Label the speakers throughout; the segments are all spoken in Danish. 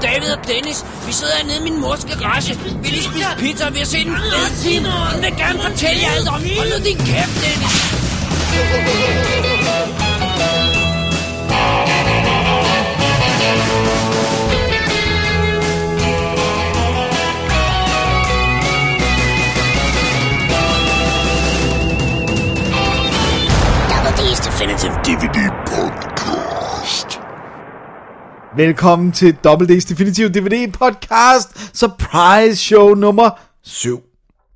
Speaker 1: Dennis. Vi sidder hernede i min mors garage. Vi lige spise pizza, og vi har set en fed film. Hun vil gerne fortælle jer alt om. Hold nu din kæft, Dennis.
Speaker 2: Double D's Definitive DVD Podcast.
Speaker 3: Velkommen til WD's Definitive DVD Podcast Surprise Show nummer 7.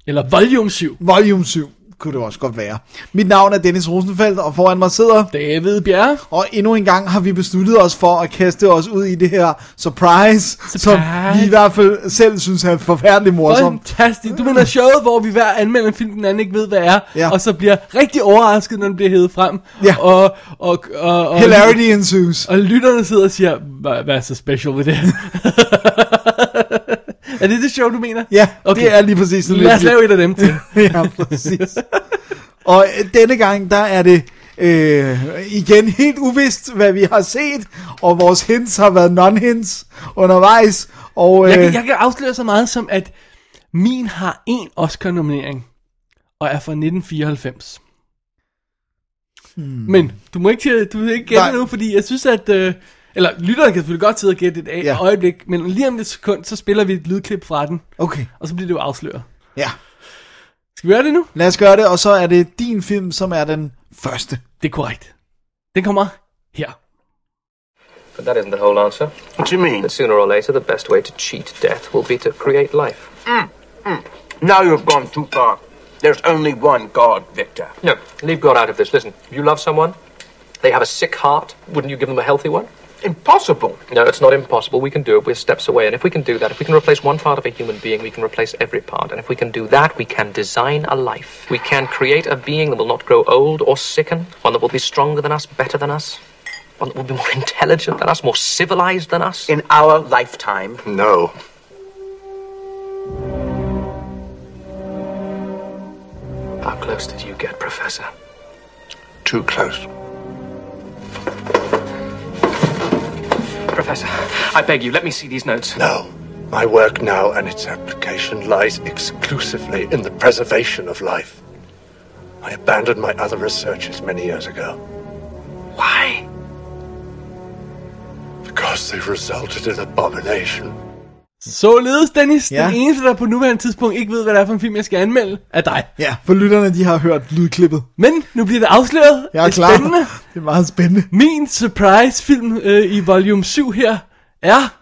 Speaker 4: Eller Volume 7.
Speaker 3: Volume 7 kunne det også godt være. Mit navn er Dennis Rosenfeldt, og foran mig sidder...
Speaker 4: David Bjerre.
Speaker 3: Og endnu en gang har vi besluttet os for at kaste os ud i det her surprise, surprise. som vi i hvert fald selv synes er forfærdeligt morsomt.
Speaker 4: Fantastisk. Du mener showet, hvor vi hver anmelder en film, den anden ikke ved, hvad er.
Speaker 3: Ja.
Speaker 4: Og så bliver rigtig overrasket, når den bliver hævet frem.
Speaker 3: Ja.
Speaker 4: Og, og, og, og,
Speaker 3: Hilarity ensues.
Speaker 4: Og lytterne sidder og siger, "Hva- hvad er så special ved det? er det det show, du mener?
Speaker 3: Ja, okay.
Speaker 4: Okay.
Speaker 3: det er lige præcis sådan
Speaker 4: Lad os
Speaker 3: lidt-
Speaker 4: lave et af dem til.
Speaker 3: ja, præcis. Og øh, denne gang, der er det øh, igen helt uvist, hvad vi har set, og vores hints har været non-hints undervejs, og
Speaker 4: Jeg,
Speaker 3: øh,
Speaker 4: kan- jeg kan afsløre så meget som, at min har en Oscar-nominering, og er fra 1994. Hmm. Men du må ikke, til- du må ikke
Speaker 3: Nej.
Speaker 4: gætte nu, fordi jeg synes, at... Øh, eller lytterne kan selvfølgelig godt sidde og gætte et af,
Speaker 3: Ja.
Speaker 4: ja. øjeblik, men lige om et sekund, så spiller vi et lydklip fra den,
Speaker 3: okay,
Speaker 4: og så bliver det jo afsløret.
Speaker 3: ja,
Speaker 4: Skal vi gøre det nu?
Speaker 3: lad os gøre det, og så er det din film, som er den første.
Speaker 4: Det er korrekt. Den kommer her.
Speaker 5: But that isn't the whole answer.
Speaker 6: What do you mean?
Speaker 5: That sooner or later, the best way to cheat death will be to create life.
Speaker 6: Now you've gone too far. There's only one God, Victor.
Speaker 5: No, leave God out of this. Listen, if you love someone, they have a sick heart, wouldn't you give them a healthy one?
Speaker 6: Impossible.
Speaker 5: No, it's not impossible. We can do it. We're steps away. And if we can do that, if we can replace one part of a human being, we can replace every part. And if we can do that, we can design a life. We can create a being that will not grow old or sicken, one that will be stronger than us, better than us, one that will be more intelligent than us, more civilized than us.
Speaker 6: In our lifetime.
Speaker 7: No.
Speaker 5: How close did you get, Professor?
Speaker 7: Too close.
Speaker 5: Professor, I beg you, let me see these notes.
Speaker 7: No. My work now and its application lies exclusively in the preservation of life. I abandoned my other researches many years ago
Speaker 5: Why?
Speaker 7: because they resulted in abomination.
Speaker 4: Således, Dennis,
Speaker 3: Ja.
Speaker 4: ja. den eneste, der på nuværende tidspunkt ikke ved, hvad det er for en film, jeg skal anmelde, er dig.
Speaker 3: Ja, for lytterne, de har hørt lydklippet.
Speaker 4: Men nu bliver det afsløret.
Speaker 3: Jeg er,
Speaker 4: Det
Speaker 3: klar.
Speaker 4: Spændende.
Speaker 3: Det er meget spændende.
Speaker 4: Min surprise-film øh, i volume 7 her er...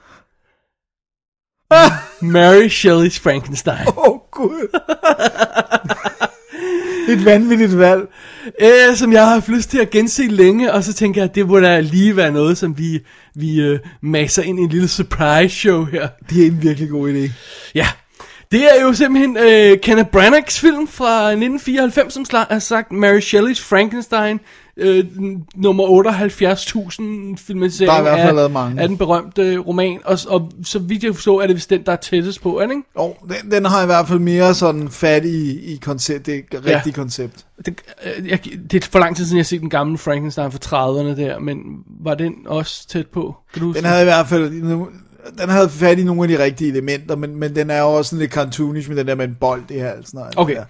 Speaker 4: Mary Shelley's Frankenstein.
Speaker 3: Åh, oh, Gud. Et vanvittigt valg.
Speaker 4: Øh, som jeg har haft lyst til at gense længe, og så tænker jeg, at det må da lige være noget, som vi, vi øh, masser ind i en lille surprise-show her.
Speaker 3: Det er en virkelig god idé.
Speaker 4: Ja, det er jo simpelthen øh, Kenneth Branaghs film fra 1994, som sla- har sagt Mary Shelley's Frankenstein, øh, n- nummer 78.000 filmatisering
Speaker 3: Der er i hvert fald
Speaker 4: af,
Speaker 3: lavet mange.
Speaker 4: af den berømte roman, og, s- og så vidt jeg forstår, er det vist den, der er tættest på, er det ikke?
Speaker 3: Og den, den har i hvert fald mere sådan fat i, i koncept, det rigtige ja. koncept.
Speaker 4: Det, øh, jeg, det er for lang tid siden, jeg har set den gamle Frankenstein fra 30'erne der, men var den også tæt på? Kan du huske
Speaker 3: Den havde i hvert fald... Den havde fat i nogle af de rigtige elementer, men, men den er jo også sådan lidt cartoonish med den der med en bold i halsen. Og alt det
Speaker 4: Okay.
Speaker 3: Der.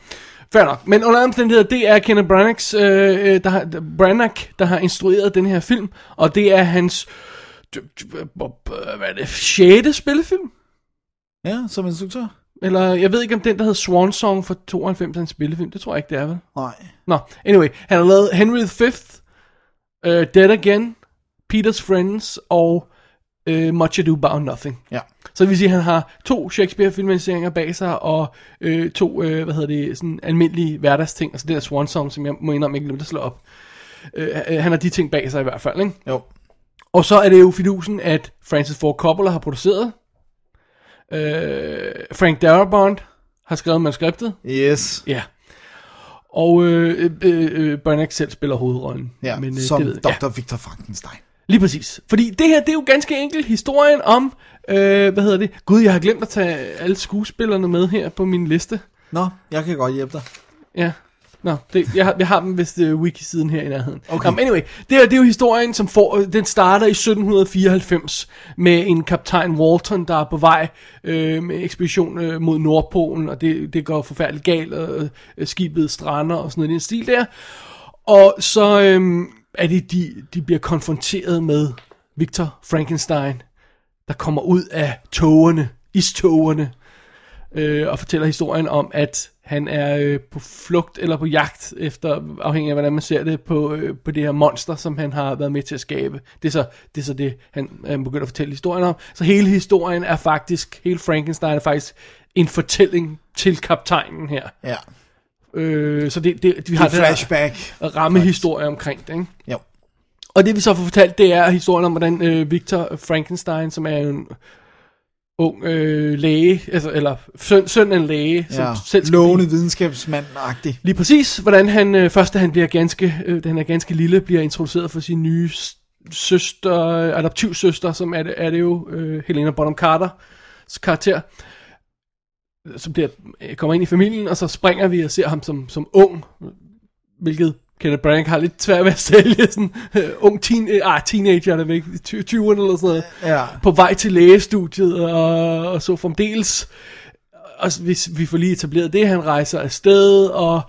Speaker 4: Fair nok. Men under alle omstændigheder, det er Kenneth Branaghs, øh, øh, der har, Branagh, der har instrueret den her film, og det er hans d- d- b- b- hvad er det, 6. spillefilm?
Speaker 3: Ja, som instruktør?
Speaker 4: Eller jeg ved ikke, om den, der hedder Swan Song fra 92 er en spillefilm. Det tror jeg ikke, det er, vel?
Speaker 3: Nej.
Speaker 4: Nå, anyway. Han har lavet Henry V, øh, Dead Again, Peter's Friends og øh, Much Ado About Nothing.
Speaker 3: Ja.
Speaker 4: Så det vil sige, at han har to Shakespeare-filmatiseringer bag sig, og øh, to, øh, hvad hedder det, sådan almindelige hverdagsting, altså det der Swan Song, som jeg må indrømme ikke glemte at slå op. Øh, øh, han har de ting bag sig i hvert fald, ikke?
Speaker 3: Jo.
Speaker 4: Og så er det jo fidusen, at Francis Ford Coppola har produceret. Øh, Frank Darabont har skrevet manuskriptet.
Speaker 3: Yes.
Speaker 4: Ja. Og øh, øh, øh, Branagh selv spiller hovedrollen.
Speaker 3: Ja, men,
Speaker 4: øh,
Speaker 3: som
Speaker 4: det ved-
Speaker 3: Dr. Ja. Victor Frankenstein.
Speaker 4: Lige præcis. Fordi det her, det er jo ganske enkelt historien om, øh, hvad hedder det? Gud, jeg har glemt at tage alle skuespillerne med her på min liste.
Speaker 3: Nå, jeg kan godt hjælpe dig.
Speaker 4: Ja. Nå, det, jeg, har, jeg har dem vist uh, wiki-siden her i nærheden. Okay. Um, anyway, det, er, det er jo historien, som får, øh, den starter i 1794 med en kaptajn Walton, der er på vej øh, med ekspedition øh, mod Nordpolen, og det, det går forfærdeligt galt, og øh, skibet strander og sådan noget i den stil der. Og så øh, er det, de, de bliver konfronteret med Victor Frankenstein, der kommer ud af togerne, istogerne, øh, og fortæller historien om, at han er øh, på flugt eller på jagt, efter afhængig af, hvordan man ser det, på, øh, på det her monster, som han har været med til at skabe. Det er så det, er så det han, han begynder at fortælle historien om. Så hele historien er faktisk, hele Frankenstein er faktisk en fortælling til kaptajnen her.
Speaker 3: Ja.
Speaker 4: Øh, så det, det, vi
Speaker 3: Det
Speaker 4: har
Speaker 3: er flashback.
Speaker 4: der rammehistorie omkring det, ikke?
Speaker 3: Jo.
Speaker 4: Og det vi så får fortalt, det er historien om, hvordan øh, Victor Frankenstein, som er en ung øh, læge, altså, eller søn, søn af en læge, som
Speaker 3: Ja.
Speaker 4: selv skal
Speaker 3: Lovende
Speaker 4: blive-
Speaker 3: videnskabsmand-agtig.
Speaker 4: Lige præcis, hvordan han, øh, først da han bliver ganske, øh, da han er ganske lille, bliver introduceret for sin nye s- søster, øh, adoptivsøster, som er det, er det jo øh, Helena Bonham Carters karakter, som bliver, øh, kommer ind i familien, og så springer vi og ser ham som, som ung, hvilket Kenneth Branagh har lidt svært ved at sælge, sådan øh, ung teen, øh, ah, teenager, der er væk, 20'erne eller sådan noget
Speaker 3: Ja.
Speaker 4: på vej til lægestudiet og, og så fremdeles. Og så hvis vi får lige etableret det, han rejser afsted, og,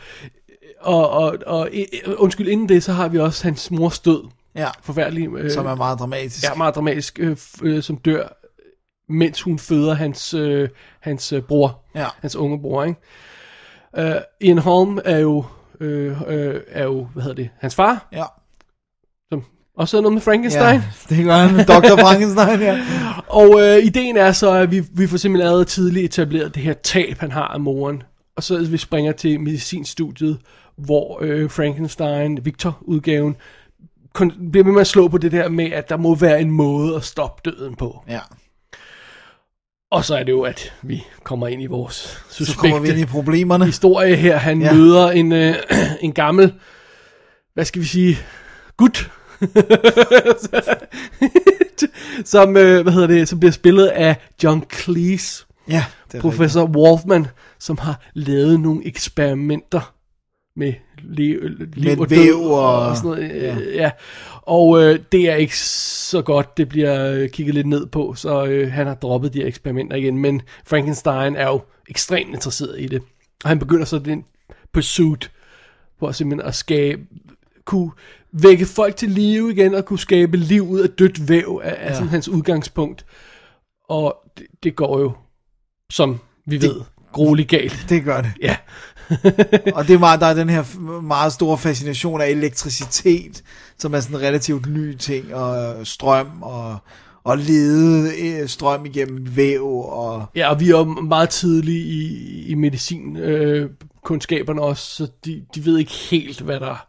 Speaker 4: og, og, og undskyld, inden det, så har vi også hans mors død.
Speaker 3: Ja.
Speaker 4: Forfærdelig. Øh,
Speaker 3: Som er meget dramatisk.
Speaker 4: ja, meget dramatisk, øh, f- øh, som dør, mens hun føder hans, øh, hans øh, bror.
Speaker 3: Ja.
Speaker 4: Hans unge bror, ikke? Øh, Ian Holm er jo, øh, øh, er jo, hvad hedder det, hans far,
Speaker 3: Ja.
Speaker 4: som også er noget med Frankenstein.
Speaker 3: ja. Det gør han med Dr. Frankenstein, ja.
Speaker 4: Og øh, ideen er så, at vi, vi får simpelthen allerede tidligt etableret det her tab, han har af moren. Og så vi springer til medicinstudiet, hvor øh, Frankenstein, Victor-udgaven, kon- bliver ved med at slå på det der med, at der må være en måde at stoppe døden på.
Speaker 3: Ja.
Speaker 4: Og så er det jo, at vi kommer ind i vores
Speaker 3: Så kommer vi ind
Speaker 4: suspekte
Speaker 3: i problemerne.
Speaker 4: historie her. Han
Speaker 3: Ja.
Speaker 4: ja. møder en, øh, en gammel, hvad skal vi sige, gut, som, øh, hvad hedder det, som bliver spillet af John Cleese,
Speaker 3: Ja. Det er
Speaker 4: professor Wolfman, som har lavet nogle eksperimenter med liv, liv og
Speaker 3: væv
Speaker 4: død
Speaker 3: og-
Speaker 4: og sådan noget. Ja. ja. Og øh, det er ikke så godt, det bliver øh, kigget lidt ned på, så øh, han har droppet de her eksperimenter igen, men Frankenstein er jo ekstremt interesseret i det. Og han begynder så den pursuit for simpelthen at skabe, kunne vække folk til live igen, og kunne skabe liv ud af dødt væv, er, ja. er sådan hans udgangspunkt. Og det, det går jo, som vi ved, grueligt galt.
Speaker 3: rigtigt. Det gør det.
Speaker 4: Ja.
Speaker 3: Og det er meget, der er den her f- meget store fascination af elektricitet, som er sådan en relativt ny ting, og øh, strøm, og, og lede øh, strøm igennem væv, og
Speaker 4: Ja, og vi er jo meget tidlige i, i medicin, øh, kundskaberne også, så de, de ved ikke helt, hvad der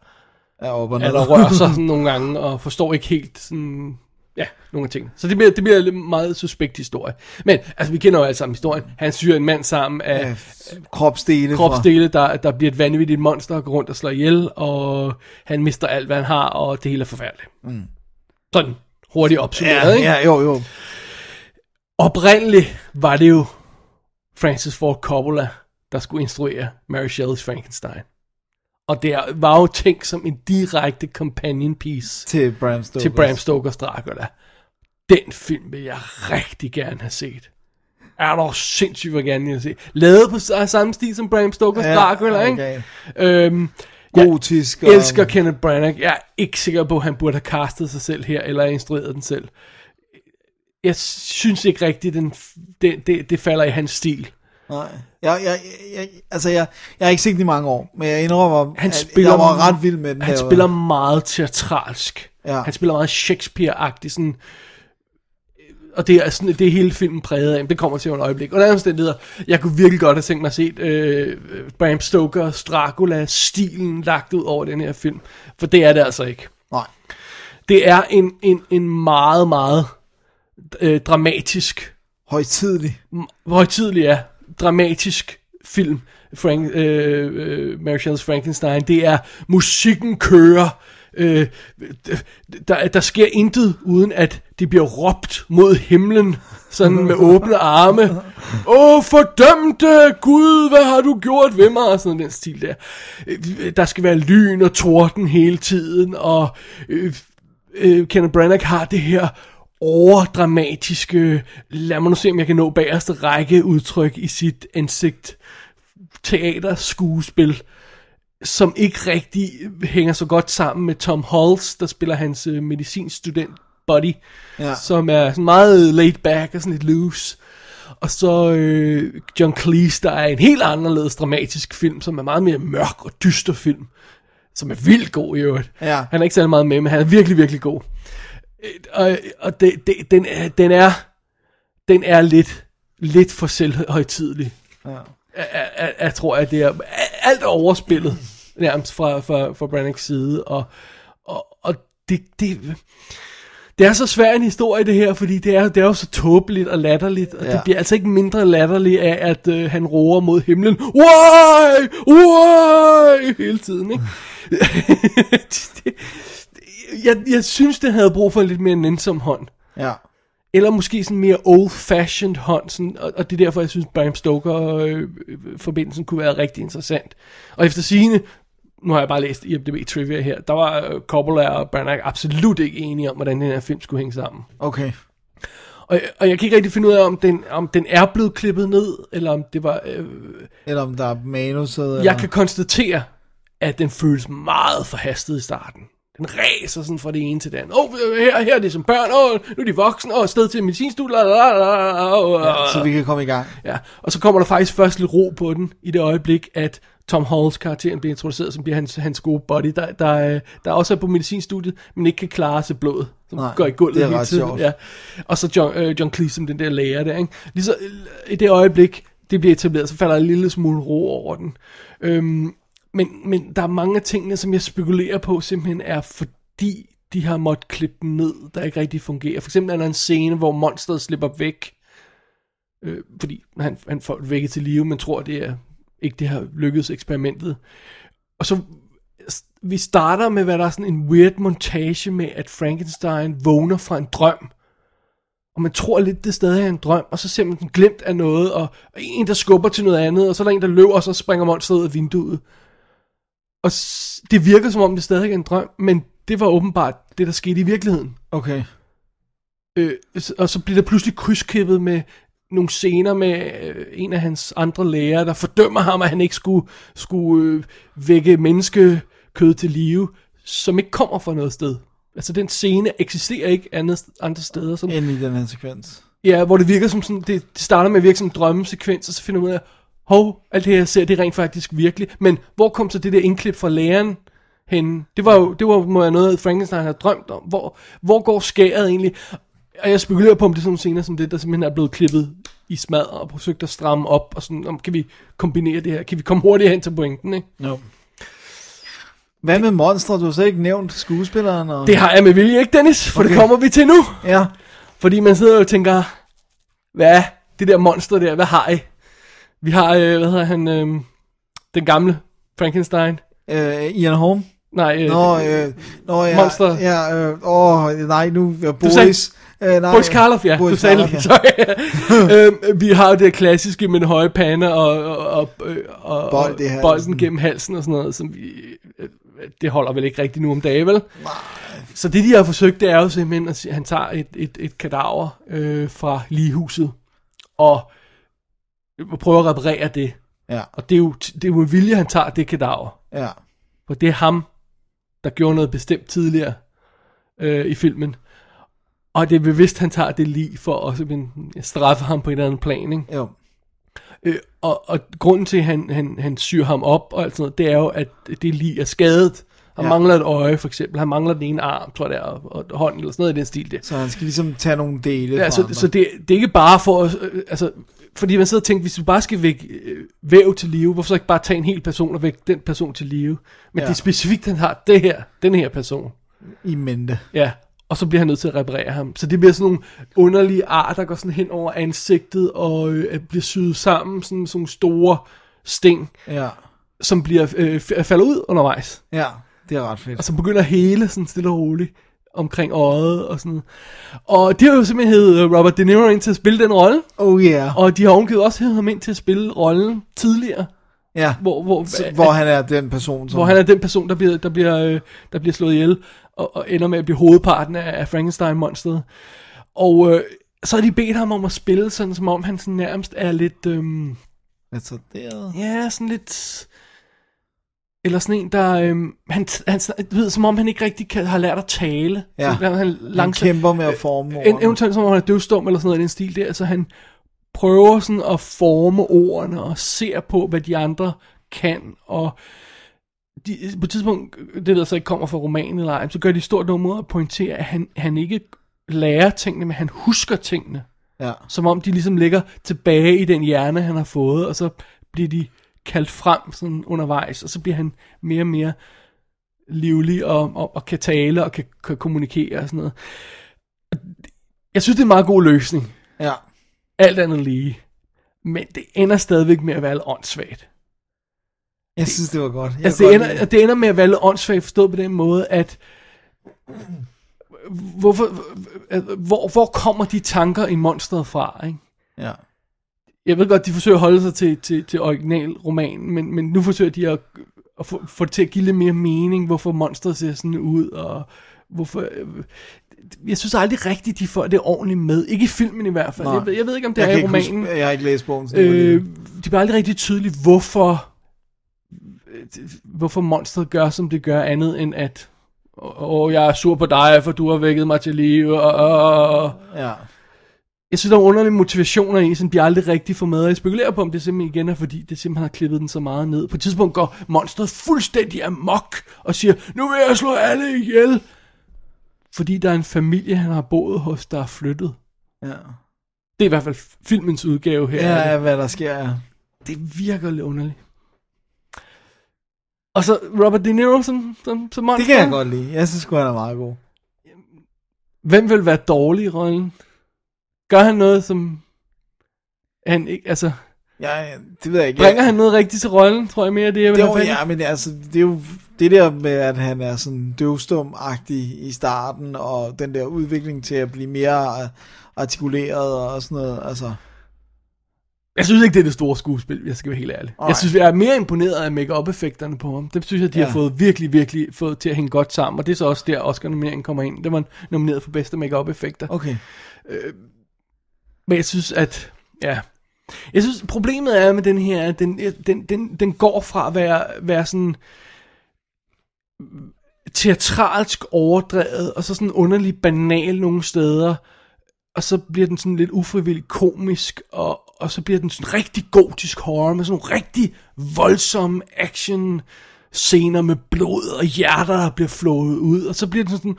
Speaker 3: er op og ned.
Speaker 4: er, der rører sig sådan nogle gange, og forstår ikke helt sådan, ja, nogle af tingene. Så det bliver, det bliver en meget suspekt historie. Men, altså, vi kender jo alle sammen historien. Han syrer en mand sammen af,
Speaker 3: Af f- kropsdele. fra-
Speaker 4: kropsdele, der, der bliver et vanvittigt monster og går rundt og slår ihjel, og han mister alt, hvad han har, og det hele er forfærdeligt. Mm. Sådan hurtigt opsummeret,
Speaker 3: Ja,
Speaker 4: ikke?
Speaker 3: ja, jo, jo.
Speaker 4: Oprindeligt var det jo Francis Ford Coppola, der skulle instruere Mary Shelley's Frankenstein. Og det er- var jo tænkt som en direkte companion piece
Speaker 3: Til Bram Stoker.
Speaker 4: til Bram Stokers Dracula. Den film vil jeg rigtig gerne have set. Er dog sindssygt, hvor gerne jeg vil se. Lavet på s- samme stil som Bram Stokers
Speaker 3: Ja,
Speaker 4: Dracula,
Speaker 3: okay.
Speaker 4: ikke? Øhm,
Speaker 3: Gotisk.
Speaker 4: jeg elsker Kenneth Branagh. Jeg er ikke sikker på, at han burde have castet sig selv her, eller instrueret den selv. Jeg synes ikke rigtigt, den, det, det, det falder i hans stil.
Speaker 3: Nej. Jeg, jeg, jeg, altså jeg, jeg har ikke set den i mange år, men jeg indrømmer,
Speaker 4: Han
Speaker 3: at
Speaker 4: spiller,
Speaker 3: jeg var ret vild med den. da
Speaker 4: Han
Speaker 3: jeg var-
Speaker 4: spiller meget teatralsk.
Speaker 3: Ja.
Speaker 4: Han spiller meget Shakespeare-agtig, sådan... Og det er, sådan, det er hele filmen præget af, men det kommer til om et øjeblik. Under alle omstændigheder, jeg kunne virkelig godt have tænkt mig at se øh, Bram Stoker's Dracula-stilen lagt ud over den her film. For det er det altså ikke.
Speaker 3: Nej.
Speaker 4: Det er en, en, en meget, meget øh, dramatisk,
Speaker 3: Højtidlig.
Speaker 4: højtidlig er, dramatisk film, Frank, øh, øh, Mary Shelley's Frankenstein. Det er, musikken kører, øh, der, der sker intet, uden at det bliver råbt mod himlen, sådan med åbne arme. Åh, fordømte Gud, hvad har du gjort ved mig? Og sådan den stil der. Øh, Der skal være lyn og torden hele tiden, og øh, øh, Kenneth Branagh har det her overdramatiske, lad mig nu se, om jeg kan nå bagerste række udtryk i sit ansigt, teater, skuespil, som ikke rigtig hænger så godt sammen med Tom Hulse, der spiller hans øh, medicinstudent buddy,
Speaker 3: Ja.
Speaker 4: som er sådan meget laid back og sådan lidt loose. Og så øh, John Cleese, der er en helt anderledes dramatisk film, som er meget mere mørk og dyster film, som er vildt god i øvrigt.
Speaker 3: Ja.
Speaker 4: Han er ikke særlig meget med, men han er virkelig, virkelig god. Øh, Og, og det, det, den, er, den er den er lidt, lidt for selvhøjtidelig. Ja. Jeg, jeg, jeg tror, at det er alt er overspillet nærmest fra, fra, fra Branaghs side, og, og, og det, det, det er så svær en historie det her, fordi det er, det er jo så tåbeligt og latterligt, og ja.
Speaker 3: Ja.
Speaker 4: det bliver altså ikke mindre latterligt af, at øh, han roer mod himlen, why, why, hele tiden, ikke? Det- det- jeg, jeg synes, det havde brug for en lidt mere nænsom hånd.
Speaker 3: Ja.
Speaker 4: Eller måske sådan mere old-fashioned hånd, sådan, og, og det er derfor, jeg synes, Bram Stoker-forbindelsen kunne være rigtig interessant. Og efter sigende, nu har jeg bare læst IMDb Trivia her, der var øh, Coppola og Branagh absolut ikke enige om, hvordan den her film skulle hænge sammen.
Speaker 3: Okay.
Speaker 4: Og, og jeg kan ikke rigtig finde ud af, om den, om den er blevet klippet ned, eller om det var... Øh,
Speaker 3: Eller om der er manuset. Eller...
Speaker 4: jeg kan konstatere, at den føles meget forhastet i starten. Den ræser sådan fra det ene til det andet. Åh, oh, her, her er det som børn. Åh, oh, nu er de voksne. Åh, oh, sted til medicinstudiet.
Speaker 3: Ja, så
Speaker 4: Oh,
Speaker 3: vi kan komme i gang.
Speaker 4: ja. Og så kommer der faktisk først lidt ro på den, i det øjeblik, at Tom Halls karakteren bliver introduceret, som bliver hans, hans gode buddy, der, der, øh, der også er på medicinstudiet, men ikke kan klare sig blodet, som
Speaker 3: Nej,
Speaker 4: går i gulvet
Speaker 3: det er
Speaker 4: hele
Speaker 3: ret
Speaker 4: tiden.
Speaker 3: sjovt.
Speaker 4: Ja. Og så John, øh, John Cleese som den der lærer der. Ikke? Lige så, øh, I det øjeblik, det bliver etableret, så falder der en lille smule ro over den. Øhm, men, men der er mange af tingene, som jeg spekulerer på, simpelthen er fordi, de har måttet klippe den ned, der ikke rigtig fungerer. For eksempel er der en scene, hvor monsteret slipper væk, øh, fordi han, han får det vækket til live, men tror, det er ikke det har lykkedes eksperimentet. Og så vi starter med, hvad der er sådan en weird montage med, at Frankenstein vågner fra en drøm. Og man tror lidt, det stadig er en drøm, og så ser man den glemt af noget, og, og en, der skubber til noget andet, og så er der en, der løber, og så springer monsteret ud af vinduet. Og s- det virker, som om det stadig er en drøm, men det var åbenbart det, der skete i virkeligheden.
Speaker 3: Okay.
Speaker 4: Øh, s- og så bliver der pludselig krydskippet med nogle scener med øh, en af hans andre læger, der fordømmer ham, at han ikke skulle, skulle øh, vække menneskekød til live, som ikke kommer fra noget sted. Altså den scene eksisterer ikke andet, andre steder. Som,
Speaker 3: Ind i den her sekvens.
Speaker 4: ja, hvor det virker som sådan, det det starter med at virke som en drømmesekvens, og så finder man ud af, hov, alt det her jeg ser, det er rent faktisk virkeligt. Men hvor kom så det der indklip fra læreren hen? Det var jo det var, må jeg noget, Frankenstein havde drømt om. Hvor, hvor går skæret egentlig? Og jeg spekulerer på, om det er sådan nogle scener som det, der simpelthen er blevet klippet i smadret og forsøgt at stramme op, og sådan, om kan vi kombinere det her? Kan vi komme hurtigt hen til pointen, ikke?
Speaker 3: No. Hvad med monstre? Du har slet ikke nævnt skuespilleren. Og...
Speaker 4: Det har jeg med vilje, ikke Dennis? For okay. det
Speaker 3: Okay.
Speaker 4: kommer vi til nu.
Speaker 3: Ja.
Speaker 4: Fordi man sidder jo og tænker, hvad er det der monster der, hvad har I? Vi har, øh, hvad hedder han, øh, den gamle Frankenstein.
Speaker 3: Øh, Ian Holm.
Speaker 4: Nej, øh,
Speaker 3: Nå, øh, nå ja,
Speaker 4: Monster.
Speaker 3: Ja, øh, åh, nej, nu er Boris. øh, nej,
Speaker 4: Boris Karloff, ja.
Speaker 3: Boris
Speaker 4: du sagde
Speaker 3: Karloff,
Speaker 4: det,
Speaker 3: ja.
Speaker 4: sorry. øhm, vi har jo det klassiske med den høje pande og, og, og, øh, og,
Speaker 3: Bold i
Speaker 4: og
Speaker 3: halsen.
Speaker 4: bolden gennem halsen og sådan noget, som vi, øh, det holder vel ikke rigtigt nu om dagen, vel? Nej. Så det, de har forsøgt, det er jo simpelthen, at sige- han tager et, et, et kadaver øh, fra ligehuset og prøver at reparere det.
Speaker 3: Ja,
Speaker 4: Og det er jo, det er jo en vilje, han tager det kadaver.
Speaker 3: ja,
Speaker 4: For det er ham, der gjorde noget bestemt tidligere øh, i filmen. Og det er bevidst, han tager det lige for at simpelthen straffe ham på en eller anden plan. Ikke?
Speaker 3: jo.
Speaker 4: Øh, og, og grunden til, at han, han, han syr ham op og alt sådan noget, det er jo, at det lige er skadet. Han ja.
Speaker 3: Ja.
Speaker 4: mangler et øje, for eksempel. Han mangler den ene arm, tror jeg det er, og, og hånden eller sådan noget i den stil der.
Speaker 3: Så han skal ligesom tage nogle dele
Speaker 4: Ja,
Speaker 3: fra
Speaker 4: så,
Speaker 3: andre.
Speaker 4: så det, det er ikke bare for at, øh, altså, fordi man sidder og tænker, hvis du bare skal vække øh, væv til live, hvorfor så ikke bare tage en hel person og vække den person til live? Men ja.
Speaker 3: Ja.
Speaker 4: det er specifikt, han har det her, den her person.
Speaker 3: I mente.
Speaker 4: Ja, og så bliver han nødt til at reparere ham. Så det bliver sådan nogle underlige ar, der går sådan hen over ansigtet og øh, bliver syet sammen, sådan sådan nogle store sten,
Speaker 3: Ja,
Speaker 4: som bliver øh, f- øh, falder ud undervejs.
Speaker 3: ja, det er ret fedt.
Speaker 4: Og så begynder hele sådan stille og roligt. omkring øjet og sådan Og det har jo simpelthen heddet øh, Robert De Niro ind til at spille den rolle,
Speaker 3: Oh yeah.
Speaker 4: og de har ovengivet også hævet ham ind til at spille rollen tidligere,
Speaker 3: Ja.
Speaker 4: hvor, hvor,
Speaker 3: Så, hvor han er den person, som...
Speaker 4: hvor han er den person, der bliver, der bliver, øh, der bliver slået ihjel, og, og ender med at blive hovedparten af, af Frankenstein-monstret. Og øh, så har de bedt ham om at spille sådan, som om han sådan nærmest er lidt, øh,
Speaker 3: retarderet.
Speaker 4: ja, sådan lidt, eller sådan en, der, øh, han, han, du ved, som om han ikke rigtig kan, har lært at tale.
Speaker 3: Ja.
Speaker 4: Så, han,
Speaker 3: Han
Speaker 4: langsomt,
Speaker 3: kæmper med at forme
Speaker 4: Øh, en,
Speaker 3: ordene.
Speaker 4: eventuelt som om han er døvstum eller sådan noget i den stil der, så han prøver sådan at forme ordene og ser på, hvad de andre kan, og de, på et tidspunkt, det ved jeg så ikke kommer fra romanen eller ej, så gør de et stort nummer at pointere, at han, han ikke lærer tingene, men han husker tingene,
Speaker 3: Ja.
Speaker 4: som om de ligesom ligger tilbage i den hjerne, han har fået, og så bliver de kaldt frem sådan undervejs, og så bliver han mere og mere livlig og, og, og kan tale og kan, kan kommunikere og sådan noget. Jeg synes, det er en meget god løsning.
Speaker 3: ja.
Speaker 4: Alt andet lige. Men det ender stadigvæk med at være lidt åndssvagt.
Speaker 3: Jeg synes, det var godt. Jeg
Speaker 4: Altså,
Speaker 3: kan
Speaker 4: det
Speaker 3: godt
Speaker 4: ender, det ender med at være lidt åndssvagt forstået på den måde, at hvorfor, hvor, hvor kommer de tanker i monstret fra, ikke?
Speaker 3: lide- Ja.
Speaker 4: Jeg ved godt, de forsøger at holde sig til, til, til originalromanen, men, men nu forsøger de at, at få, få det til at give lidt mere mening, hvorfor monstret ser sådan ud, og hvorfor... øh, Jeg synes aldrig rigtigt, de får det ordentligt med. Ikke i filmen i hvert fald.
Speaker 3: Nej.
Speaker 4: Jeg ved, jeg ved ikke, om det
Speaker 3: jeg
Speaker 4: er
Speaker 3: kan
Speaker 4: i
Speaker 3: ikke
Speaker 4: romanen.
Speaker 3: Huske, jeg har ikke læst bogen. så det var
Speaker 4: Øh,
Speaker 3: lige-
Speaker 4: det bliver aldrig rigtig tydeligt, hvorfor, øh, hvorfor monstret gør, som det gør, andet end at, åh, åh, jeg er sur på dig, for du har vækket mig til live. Og, og, og.
Speaker 3: ja.
Speaker 4: Jeg synes, der er underlige motivationer i, som de aldrig rigtig får med. Og jeg spekulerer på, om det simpelthen igen er, fordi det simpelthen har klippet den så meget ned. På et tidspunkt går monstret fuldstændig amok og siger, nu vil jeg slå alle ihjel. Fordi der er en familie, han har boet hos, der er flyttet.
Speaker 3: Ja.
Speaker 4: Det er i hvert fald filmens udgave her. af det
Speaker 3: Ja, ja, hvad der sker, ja.
Speaker 4: det virker lidt underligt. Og så Robert De Niro som, som, som monster.
Speaker 3: Det kan jeg godt lide. Jeg synes sgu, han er meget god.
Speaker 4: Hvem vil være dårlig i rollen? Gør han noget, som han ikke... Altså,
Speaker 3: Ja, det ved jeg ikke.
Speaker 4: bringer han noget rigtigt til rollen, tror jeg mere, det er,
Speaker 3: det var, ja, men altså, det er jo det der med, at han er sådan døvstum i starten, og den der udvikling til at blive mere øh, artikuleret og sådan noget, altså.
Speaker 4: Jeg synes ikke, det er det store skuespil, jeg skal være helt ærlig.
Speaker 3: Nej.
Speaker 4: Jeg synes, jeg er mere imponeret af make effekterne på ham. Det synes jeg, de
Speaker 3: Ja.
Speaker 4: har fået virkelig, virkelig fået til at hænge godt sammen. Og det er så også der, Oscar-nomineringen kommer ind. Det var nomineret for bedste make effekter
Speaker 3: Okay.
Speaker 4: Men jeg synes, at... Ja. Jeg synes, problemet er med den her, at den, den, den, den går fra at være, være sådan teatralsk overdrevet, og så sådan underligt banal nogle steder, og så bliver den sådan lidt ufrivilligt komisk, og, og så bliver den sådan rigtig gotisk horror, med sådan nogle rigtig voldsomme action scener med blod og hjerter, der bliver flået ud, og så bliver den sådan,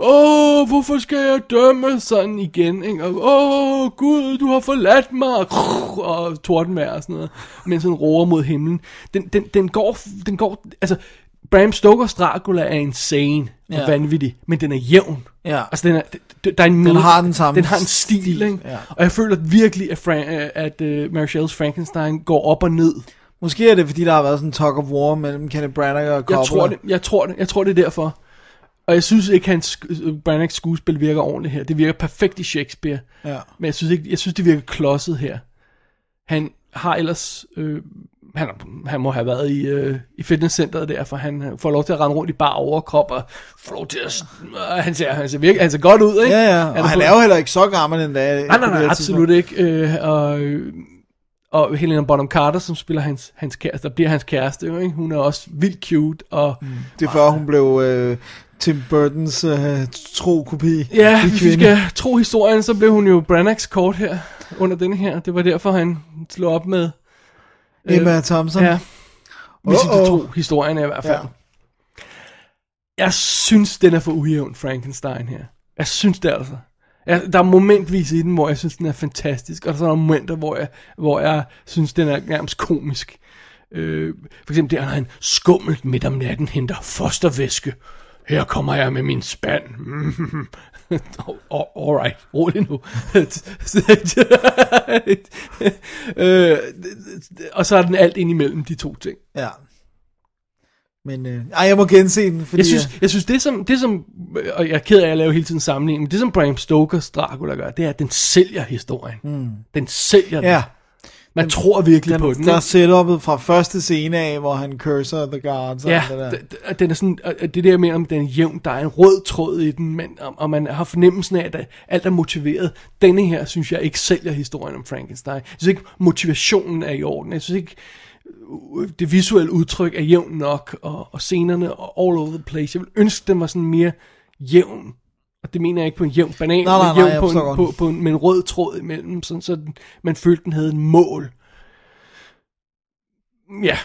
Speaker 4: åh, hvorfor skal jeg dømme sådan igen, ikke? og åh, Gud, du har forladt mig, og, krrr, og tordenvejr og sådan noget, mens den roer mod himlen. Den, den, den, går, den går, altså, Bram Stokers Dracula er insane og
Speaker 3: Ja.
Speaker 4: vanvittig, men den er jævn.
Speaker 3: Ja.
Speaker 4: Altså, den er, d- d- der er en
Speaker 3: Den har den samme
Speaker 4: Den har en stil,
Speaker 3: stil,
Speaker 4: stil ikke?
Speaker 3: ja.
Speaker 4: Og jeg føler virkelig, at, Fran- øh, at uh, Mary Shelley's Frankenstein går op og ned.
Speaker 3: Måske er det, fordi der har været sådan en talk of war mellem Kenneth Branagh og Coppola.
Speaker 4: Jeg tror, det, jeg tror det. Jeg tror, det er derfor. Og jeg synes ikke, hans sk- øh, Branaghs skuespil virker ordentligt her. Det virker perfekt i Shakespeare.
Speaker 3: Ja.
Speaker 4: Men jeg synes, ikke, jeg synes det virker klodset her. Han har ellers... Øh, han, han må have været i, øh, i fitnesscenteret der, for han øh, får lov til at rende rundt i bare overkrop, og får lov til at... s- Øh, han, ser, han, ser virke, han ser godt ud, ikke?
Speaker 3: Ja, ja.
Speaker 4: er
Speaker 3: Og han
Speaker 4: på-
Speaker 3: er jo heller ikke så gammel endda.
Speaker 4: Nej, nej, nej, absolut ikke. Øh, og, øh, og Helena Bonham Carter, som spiller hans, hans kæreste, der bliver hans kæreste, jo, ikke? hun er også vildt cute. Og, mm.
Speaker 3: Det er før hun blev øh, Tim Burtons øh, tro kopi.
Speaker 4: Ja, hvis vi skal tro historien, så blev hun jo Branaghs kort her, under denne her. Det var derfor, han slog op med...
Speaker 3: Emma Thompson.
Speaker 4: Ja, hvis vi skal
Speaker 3: Uh-oh.
Speaker 4: tro historien i hvert fald.
Speaker 3: Ja.
Speaker 4: Ja. Jeg synes, den er for ujævn, Frankenstein her. Jeg synes det altså. Jeg, der er momentvis i den, hvor jeg synes, den er fantastisk, og så er der momenter, hvor jeg, hvor jeg synes, den er nærmest komisk. Øh, for eksempel der, når han skummelt midt om natten henter fostervæske. Her kommer jeg med min spand. Mhm. All- all- Alright, rolig nu. øh, og så er den alt ind imellem de to ting.
Speaker 3: ja. Men øh, ej, jeg må gense den, fordi... øh,
Speaker 4: Jeg synes, jeg synes det, som, det som, øh, og jeg er ked af at lave hele tiden sammenligning, men det som Bram Stokers Dracula gør, det er, at den sælger historien. Mm. Den sælger den.
Speaker 3: Hmm. øh, ja,
Speaker 4: Man tror virkelig
Speaker 3: den,
Speaker 4: på den.
Speaker 3: der er
Speaker 4: ikke?
Speaker 3: setupet fra første scene af, hvor han curser the guards og
Speaker 4: Ja,
Speaker 3: alt det der.
Speaker 4: d- d- og den er sådan, og- og det der med, om den er jævn, der er en rød tråd i den, men, og, og man har fornemmelsen af, at der- alt er motiveret. Denne her, synes jeg, ikke sælger historien om Frankenstein. Jeg synes ikke, motivationen er i orden. Jeg synes ikke, øh, det visuelle udtryk er jævn nok, og, og scenerne er all over the place. Jeg vil ønske, den var sådan mere jævn. Og det mener jeg ikke på en jævn banan,
Speaker 3: Nej, nej,
Speaker 4: men jævn
Speaker 3: nej, jeg
Speaker 4: på, en,
Speaker 3: forstår godt.
Speaker 4: på, på en, med en rød tråd imellem, sådan, så den- man følte, den havde en mål. Ja,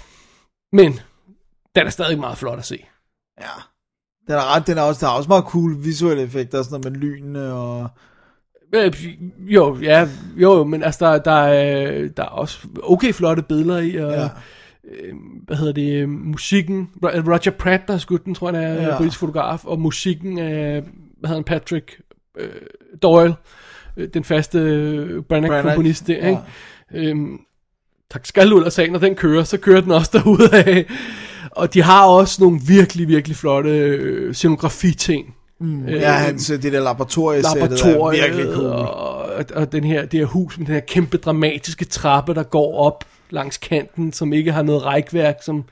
Speaker 4: men den er stadig meget flot at se.
Speaker 3: Ja. Den er, ret, den er også, der er også meget cool visuelle effekter, sådan noget med lynene og...
Speaker 4: Øh, Jo, ja, jo, men altså, der, der, er, der er også okay flotte billeder i, og
Speaker 3: Ja.
Speaker 4: ja. hvad hedder det, øh, musikken, Ro- øh, Roger Pratt, der har skudt den, tror jeg, han er
Speaker 3: Ja.
Speaker 4: ja. politisk fotograf, og musikken af, hvad hedder han, Patrick øh, Doyle, øh, den faste øh, Branagh-komponist der,
Speaker 3: Ja.
Speaker 4: ikke? Øhm, tak skal du ellers have, når den kører, så kører den også derude af. Og de har også nogle virkelig, virkelig flotte øh, scenografi-ting. Mm,
Speaker 3: Ja, han ser det der laboratoriesættet er
Speaker 4: laboratoriet,
Speaker 3: virkelig cool.
Speaker 4: og, og, og den her, det her hus med den her kæmpe dramatiske trappe, der går op langs kanten, som ikke har noget rækværk, som,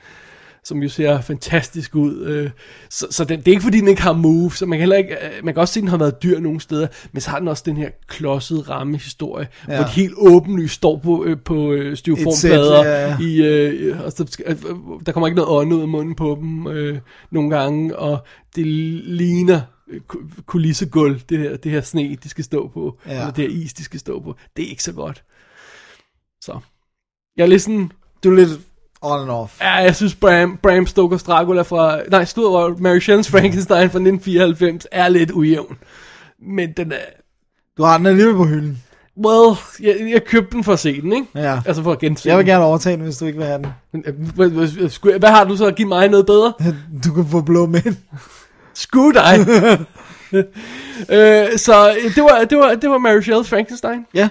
Speaker 4: som jo ser fantastisk ud. øh. Så, så den, det er ikke fordi, den ikke har move, så man kan, heller ikke, øh, man kan også se, at den har været dyr nogle steder, men så har den også den her klodsede rammehistorie, ja. hvor det helt åbenlyst står på, øh, på øh, styroformplader,
Speaker 3: Et sæt, ja, ja.
Speaker 4: i, øh, og så, skal- øh, øh, der kommer ikke noget ånd ud af munden på dem øh, nogle gange, og det ligner øh, ku- kulissegulv, det her, det her sne, de skal stå på,
Speaker 3: Ja.
Speaker 4: ja. eller det her is, de skal stå på. Det er ikke så godt. Så. Jeg er lidt sådan,
Speaker 3: Du er lidt on and off.
Speaker 4: ja, jeg synes Bram, Bram Stokers Dracula fra, nej, stod Mary Shelley's Frankenstein fra 1994 er lidt ujævn. Men den er,
Speaker 3: Du har den alligevel på hylden.
Speaker 4: well, jeg, jeg købte den for at se den, ikke?
Speaker 3: Ja.
Speaker 4: Altså for at gense
Speaker 3: Jeg vil
Speaker 4: den.
Speaker 3: gerne overtage den, hvis du ikke vil have den.
Speaker 4: Men, øh, hvad- hvad- skulle jeg- Hvad har du så at give mig noget bedre?
Speaker 3: Du kan få blå mænd.
Speaker 4: Skud dig! øh, så øh, det var, det var, det var Mary Shelley's Frankenstein.
Speaker 3: Ja,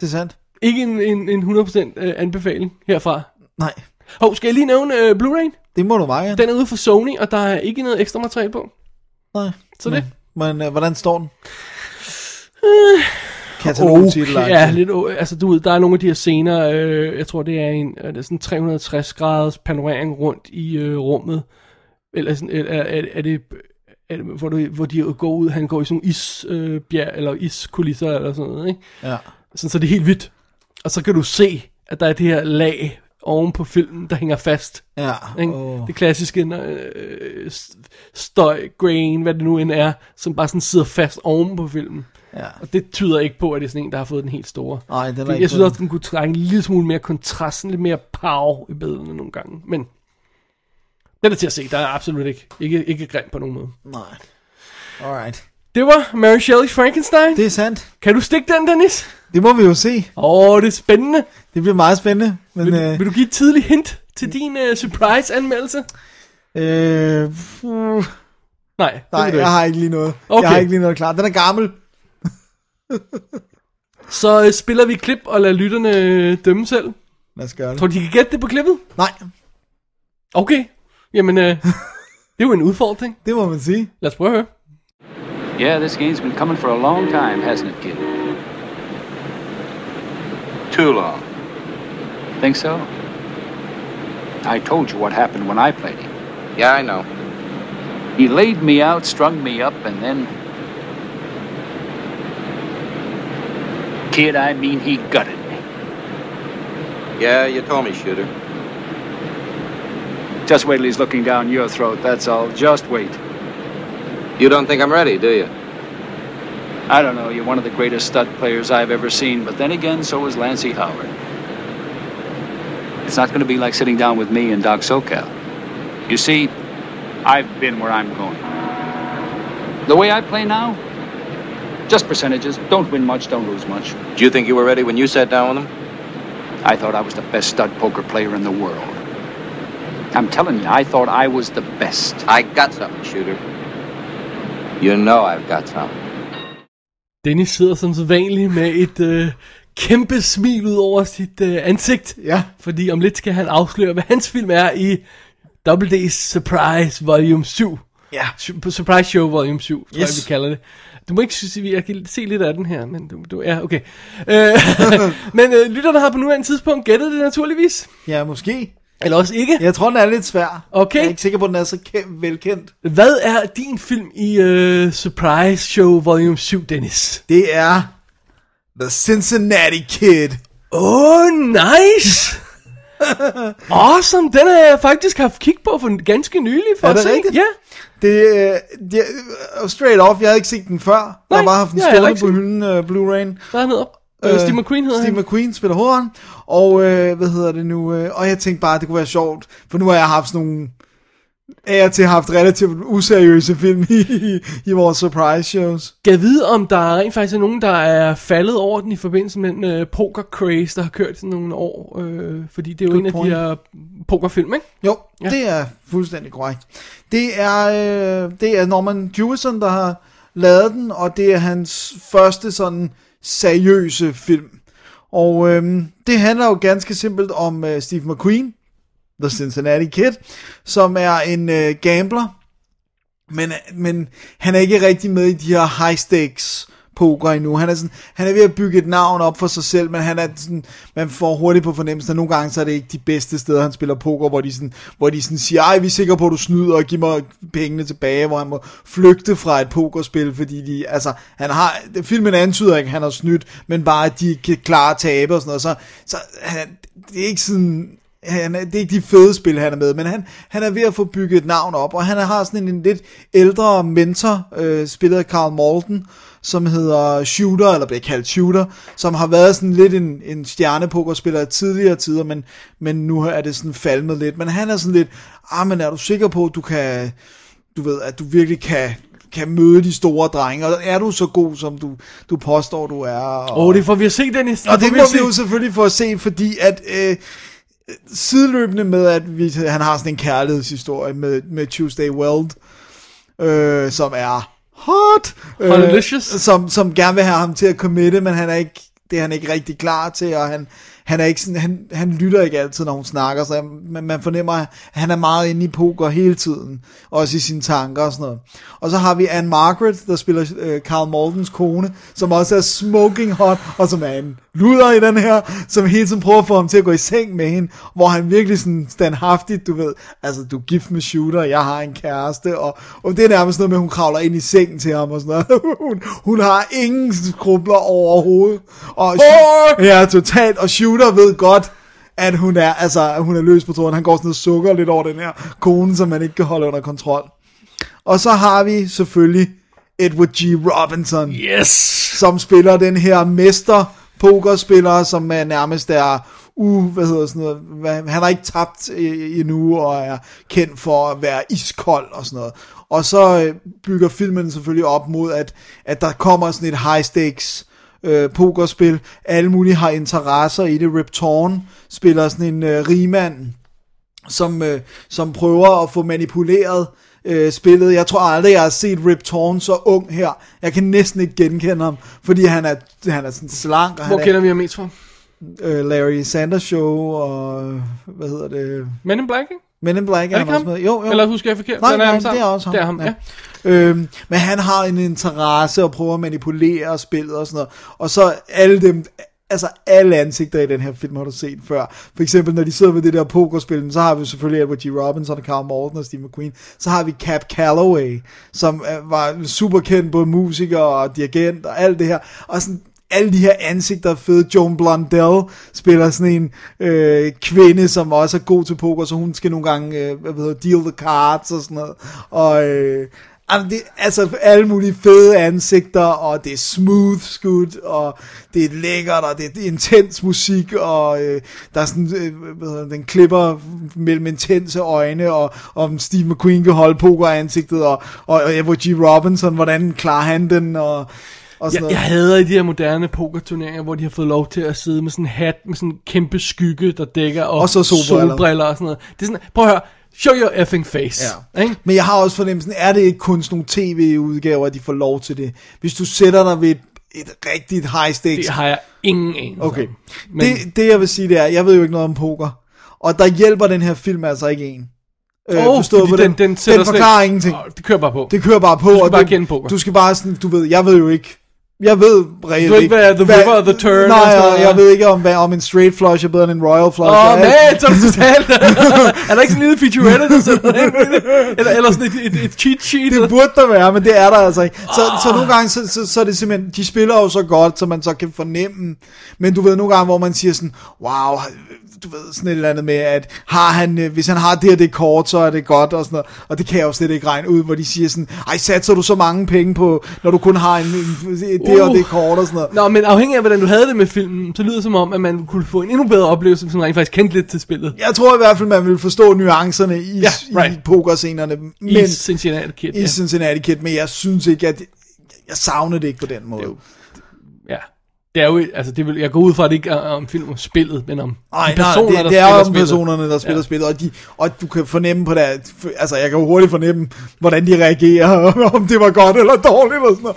Speaker 3: det er sandt.
Speaker 4: Ikke en, en, en 100% øh, anbefaling herfra.
Speaker 3: Nej,
Speaker 4: Hov, skal jeg lige nævne øh, Blu-ray?
Speaker 3: det må du meget gerne.
Speaker 4: Den er ude for Sony, og der er ikke noget ekstra materiale på.
Speaker 3: Nej.
Speaker 4: Så det.
Speaker 3: Men øh, hvordan står den? Katalogtitel.
Speaker 4: Okay, Oh, ja, lidt, o- altså du ved, der er nogle af de her scener, øh, jeg tror det er en er det sådan 360 graders panorering rundt i øh, rummet, eller sådan, er, er, er det, er det hvor, du, hvor de går ud, han går i sådan nogle isbjerg, øh, bjerg- eller iskulisser eller sådan noget, ikke?
Speaker 3: Ja.
Speaker 4: Sådan, så det er helt hvidt. Og så kan du se, at der er det her lag oven på filmen, der hænger fast.
Speaker 3: Ja.
Speaker 4: Ikke?
Speaker 3: Åh.
Speaker 4: Oh. Det klassiske når, øh, s- støj, grain, hvad det nu end er, som bare sådan sidder fast oven på filmen.
Speaker 3: Ja.
Speaker 4: Og det tyder ikke på, at det er sådan en, der har fået den helt store.
Speaker 3: Nej, den er
Speaker 4: det,
Speaker 3: ikke
Speaker 4: jeg synes
Speaker 3: på
Speaker 4: også, den kunne trække en lille smule mere kontrast, sådan lidt mere power i billederne nogle gange. Men den er til at se, der er absolut ikke, ikke, ikke grim på nogen måde.
Speaker 3: Nej. Alright.
Speaker 4: Det var Mary Shelley's Frankenstein. Det...
Speaker 3: Det er sandt.
Speaker 4: Kan du stikke den, Dennis?
Speaker 3: Det må vi jo se.
Speaker 4: Åh, oh, det er spændende.
Speaker 3: Det bliver meget spændende. Men,
Speaker 4: Vil,
Speaker 3: øh, Mm.
Speaker 4: du- vil du give et tidligt hint til din uh, surprise-anmeldelse?
Speaker 3: øh, puh,
Speaker 4: Nej, det
Speaker 3: nej,
Speaker 4: vil du
Speaker 3: jeg
Speaker 4: ikke.
Speaker 3: har ikke lige noget. Jeg
Speaker 4: Okay.
Speaker 3: har ikke lige noget klart. Den er gammel.
Speaker 4: Så uh, spiller vi et klip og lader lytterne øh, dømme selv.
Speaker 3: Lad os gøre det.
Speaker 4: Tror du, de kan gætte det på klippet?
Speaker 3: Nej,
Speaker 4: Okay. Jamen, uh, det er jo en udfordring.
Speaker 3: det må man sige.
Speaker 4: Lad os prøve at høre.
Speaker 8: Yeah, this game's been coming for a long time, hasn't it, kid?
Speaker 6: Too long.
Speaker 8: Think so? I told you what happened when I played him.
Speaker 6: Yeah, I know.
Speaker 8: He laid me out, strung me up, and then. Kid, I mean, he gutted me.
Speaker 6: Yeah, you told me, Shooter.
Speaker 8: Just wait till he's looking down your throat, that's all. Just wait.
Speaker 6: You don't think I'm ready, do you?
Speaker 8: I don't know, you're one of the greatest stud players I've ever seen, but then again, so is Lancey Howard. It's not going to be like sitting down with me and Doc SoCal. You see, I've been where I'm going. The way I play now, just percentages. Don't win much, don't lose much.
Speaker 6: Do you think you were ready when you sat down with him?
Speaker 8: I thought I was the best stud poker player in the world. I'm telling you, I thought I was the best.
Speaker 6: I got something, Shooter. You know I've got something.
Speaker 4: Dennis sidder som sædvanligt med et øh, kæmpe smil ud over sit øh, ansigt,
Speaker 3: Ja,
Speaker 4: fordi om lidt skal han afsløre, hvad hans film er i Double D's Surprise Volume 7.
Speaker 3: Ja.
Speaker 4: Su- på Surprise Show Volume 7, tror
Speaker 3: Yes.
Speaker 4: jeg, vi kalder det. Du må ikke synes, at vi- jeg kan se lidt af den her, men du, du ja, okay. Øh, men øh, lytterne har på nuværende tidspunkt gættet det naturligvis.
Speaker 3: Ja, måske.
Speaker 4: Eller også ikke.
Speaker 3: Jeg tror, den er lidt svær.
Speaker 4: Okay.
Speaker 3: Jeg er ikke sikker på, at den er så kæm- velkendt.
Speaker 4: Hvad er din film i øh, Surprise Show Volume 7, Dennis?
Speaker 3: Det er The Cincinnati Kid.
Speaker 4: Åh, oh, nice! awesome, den har jeg faktisk haft kig på for ganske nylig. For
Speaker 3: Er
Speaker 4: at
Speaker 3: det
Speaker 4: se.
Speaker 3: rigtigt?
Speaker 4: Ja,
Speaker 3: Det, øh, det, øh, straight off, jeg havde ikke set den før. jeg
Speaker 4: Nej,
Speaker 3: har bare haft den
Speaker 4: jeg har heller
Speaker 3: stående
Speaker 4: ikke
Speaker 3: på
Speaker 4: set
Speaker 3: hylden, øh, Blu-ray'en.
Speaker 4: der er han hedder. Øh, Steve McQueen hedder
Speaker 3: Steve
Speaker 4: han.
Speaker 3: McQueen spiller hovederen, og øh, hvad hedder det nu, øh, og jeg tænkte bare, at det kunne være sjovt, for nu har jeg haft sådan nogle, af og til haft relativt useriøse film i, i, i vores surprise shows.
Speaker 4: Skal vide, om der rent faktisk er nogen, der er faldet over den i forbindelse med den øh, poker craze, der har kørt sådan nogle år. Øh, fordi det er jo
Speaker 3: Good
Speaker 4: en
Speaker 3: point.
Speaker 4: af de her pokerfilm, ikke?
Speaker 3: Jo,
Speaker 4: Ja.
Speaker 3: ja. det er fuldstændig korrekt. Det er, øh, det er Norman Jewison, der har lavet den, og det er hans første sådan seriøse film. Og øh, det handler jo ganske simpelt om øh, Steve McQueen, The Cincinnati Kid, som er en øh, gambler, men, men han er ikke rigtig med i de her high stakes poker endnu. Han er, sådan, han er ved at bygge et navn op for sig selv, men han er sådan, man får hurtigt på fornemmelsen, at nogle gange så er det ikke de bedste steder, han spiller poker, hvor de, sådan, hvor de sådan siger, ej, vi er sikre på, at du snyder og giv mig pengene tilbage, hvor han må flygte fra et pokerspil, fordi de, altså, han har, filmen antyder ikke, at han har snydt, men bare, at de ikke kan klare at tabe og sådan noget, så, så han, det er ikke sådan, han er, det er ikke de fede spil, han er med, men han, han er ved at få bygget et navn op, og han har sådan en, en lidt ældre mentor, øh, spillet af Carl Malden, som hedder Shooter, eller bliver kaldt Shooter, som har været sådan lidt en, en stjernepokerspiller i tidligere tider, men, men nu er det sådan falmet lidt. Men han er sådan lidt, ah, men er du sikker på, at du kan, du ved, at du virkelig kan, kan møde de store drenge, og er du så god, som du, du påstår, du er? Og...
Speaker 4: Åh, oh, det får vi at se, Dennis.
Speaker 3: Og det
Speaker 4: får
Speaker 3: må
Speaker 4: at
Speaker 3: vi
Speaker 4: se.
Speaker 3: jo selvfølgelig få at se, fordi at øh, sideløbende med, at vi, han har sådan en kærlighedshistorie med, med Tuesday Weld, øh, som er hot, Øh,
Speaker 4: Hotlicious.
Speaker 3: som, som gerne vil have ham til at committe, men han er ikke, det er han ikke rigtig klar til, og han, han, er ikke sådan, han, han lytter ikke altid, når hun snakker, så man, man fornemmer, at han er meget inde i poker hele tiden, også i sine tanker og sådan noget. Og så har vi Anne Margaret, der spiller øh, Carl Maldens kone, som også er smoking hot, og som er en luder i den her, som hele tiden prøver at få ham til at gå i seng med hende, hvor han virkelig sådan standhaftigt, du ved, altså du er gift med shooter, jeg har en kæreste, og, og det er nærmest noget med, at hun kravler ind i sengen til ham og sådan noget. hun, hun har ingen skrubler overhovedet. Og oh! Ja, totalt, og shooter ved godt, at hun er, altså, at hun er løs på tråden. Han går sådan og sukker lidt over den her kone, som man ikke kan holde under kontrol. Og så har vi selvfølgelig Edward G. Robinson
Speaker 4: Yes!
Speaker 3: som spiller den her mester pokerspiller, som er nærmest er uh, hvad hedder sådan noget, hvad, han har ikke tabt øh, endnu, og er kendt for at være iskold og sådan noget. Og så øh, bygger filmen selvfølgelig op mod, at, at der kommer sådan et high stakes øh, pokerspil. Alle mulige har interesser i det. Rip Torn spiller sådan en øh, rigmand, som, øh, som prøver at få manipuleret øh, spillet. Jeg tror aldrig, jeg har set Rip Torn så ung her. Jeg kan næsten ikke genkende ham, fordi han er, han er sådan slank, og
Speaker 4: Hvor
Speaker 3: han er
Speaker 4: kender vi ham mest fra?
Speaker 3: øh, Larry Sanders Show, og øh, hvad hedder det,
Speaker 4: Men in Black, ikke?
Speaker 3: Men in Black.
Speaker 4: Er det ikke
Speaker 3: han
Speaker 4: ham?
Speaker 3: også med. Jo, jo.
Speaker 4: Eller husker jeg forkert?
Speaker 3: Nej,
Speaker 4: Den er
Speaker 3: nej,
Speaker 4: ham sammen.
Speaker 3: det er også ham.
Speaker 4: Det er ham, ja.
Speaker 3: Øhm, men han har en interesse og prøver at manipulere spillet og sådan noget. Og så alle dem, altså alle ansigter i den her film har du set før. For eksempel, når de sidder ved det der pokerspil, så har vi selvfølgelig Edward G. Robinson og Carl Morton og Steve McQueen. Så har vi Cap Calloway, som øh, var super kendt både musiker og dirigent og alt det her. Og sådan, alle de her ansigter er fede. Joan Blondell spiller sådan en øh, kvinde, som også er god til poker, så hun skal nogle gange, øh, hvad hedder, deal the cards og sådan noget. Og øh, jamen det, altså alle mulige fede ansigter, og det er smooth skudt, og det er lækkert, og det er, det er intens musik, og øh, der er sådan, øh, hvad hedder, det, den klipper mellem intense øjne, og om Steve McQueen kan holde poker i ansigtet, og, og, og Edward G. Robinson, hvordan klarer han den, og, og sådan
Speaker 4: Jeg,
Speaker 3: noget.
Speaker 4: jeg hader i de her moderne pokerturneringer, hvor de har fået lov til at sidde med sådan en hat med sådan en kæmpe skygge, der dækker, og,
Speaker 3: Og så solbriller.
Speaker 4: solbriller og sådan noget. Det er sådan, prøv at høre, show your effing face.
Speaker 3: Ja.
Speaker 4: Ikke?
Speaker 3: Men jeg har også fornemmelsen, er det ikke kun sådan nogle tv-udgaver, at de får lov til det? Hvis du sætter dig ved et, et rigtigt high stakes...
Speaker 4: Det har jeg ingen anelse
Speaker 3: okay.
Speaker 4: om.
Speaker 3: Men... Det, det jeg vil sige, det er, jeg ved jo ikke noget om poker. Og der hjælper den her film altså ikke en. Øh,
Speaker 4: Åh,
Speaker 3: forstået
Speaker 4: fordi
Speaker 3: på den.
Speaker 4: den- den sætter
Speaker 3: den
Speaker 4: slet-
Speaker 3: forklarer ingenting.
Speaker 4: Åh, det kører bare på.
Speaker 3: Det kører bare på. Du
Speaker 4: skal
Speaker 3: og
Speaker 4: bare
Speaker 3: du,
Speaker 4: kende poker.
Speaker 3: Du skal bare sådan, du ved, jeg ved jo ikke. Jeg ved reelt
Speaker 4: Du ved ikke,
Speaker 3: ikke,
Speaker 4: hvad er the river or the turn
Speaker 3: Nej,
Speaker 4: og sådan
Speaker 3: og
Speaker 4: noget,
Speaker 3: jeg
Speaker 4: ja.
Speaker 3: ved ikke, om, hvad, om en straight flush er bedre end en royal flush.
Speaker 4: Åh,
Speaker 3: og
Speaker 4: oh,
Speaker 3: alt-
Speaker 4: man, så er det totalt. er der ikke sådan en lille featurette, der sætter den ind? Eller, eller sådan et, et, et cheat sheet?
Speaker 3: Det burde der være, men det er der altså ikke. Så, så nogle gange, så, så, så er det simpelthen, de spiller jo så godt, så man så kan fornemme. Men du ved nogle gange, hvor man siger sådan, wow, du ved sådan et eller andet med, at har han, øh, hvis han har det og det kort, så er det godt og sådan noget. Og det kan jeg jo slet ikke regne ud, hvor de siger sådan, ej, satser du så mange penge på, når du kun har en, en, det og
Speaker 4: Uh.
Speaker 3: det kort og sådan noget.
Speaker 4: Nå, men afhængig af, hvordan du havde det med filmen, så lyder det som om, at man kunne få en endnu bedre oplevelse, hvis man rent faktisk kendte lidt til spillet.
Speaker 3: Jeg tror i hvert fald, man vil forstå nuancerne i,
Speaker 4: Ja,
Speaker 3: ja,
Speaker 4: right.
Speaker 3: right. i pokerscenerne. Men,
Speaker 4: I Cincinnati Kid,
Speaker 3: i
Speaker 4: ja.
Speaker 3: Cincinnati Kid, men jeg synes ikke, at jeg savner det ikke på den måde.
Speaker 4: jo- ja. Det er jo, altså det vil, jeg går ud fra, at det ikke er om film om spillet, men om
Speaker 3: Nej,
Speaker 4: de personer,
Speaker 3: nej, det,
Speaker 4: der
Speaker 3: det er
Speaker 4: spiller
Speaker 3: jo om
Speaker 4: spillet.
Speaker 3: personerne, der spiller
Speaker 4: Ja.
Speaker 3: ja. spillet, og, de, og du kan fornemme på det, altså jeg kan jo hurtigt fornemme, hvordan de reagerer, og om det var godt eller dårligt og sådan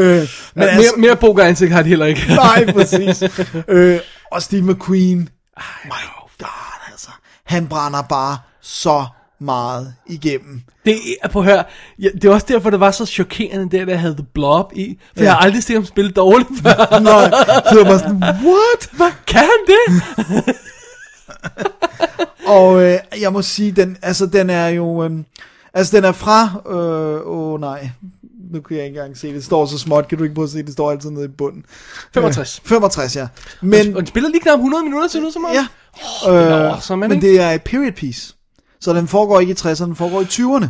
Speaker 3: noget. Øh, men ja,
Speaker 4: Men altså,
Speaker 3: altså,
Speaker 4: mere, mere poker-ansigt har de heller ikke.
Speaker 3: nej, præcis. Øh, og Steve McQueen, my god, altså, han brænder bare så meget igennem.
Speaker 4: Det er, på hør, ja, det er også derfor, det var så chokerende, der, der havde The Blob i. For ja. jeg har aldrig set ham spille dårligt før.
Speaker 3: Nej, så var sådan, what?
Speaker 4: Hvad kan han det?
Speaker 3: Og øh, jeg må sige, den, altså, den er jo... Øh, altså, den er fra... Øh, åh, nej. Nu kan jeg ikke engang se det. Det står så småt. Kan du ikke prøve at se det? Det står altid nede i bunden.
Speaker 4: 65.
Speaker 3: Øh, 65, ja.
Speaker 4: Men, og
Speaker 3: Men,
Speaker 4: han spiller lige knap 100 minutter til nu, som om.
Speaker 3: ja,
Speaker 4: Øh, awesome,
Speaker 3: men det er et period piece. Så den foregår ikke i 60'erne, den foregår i 20'erne.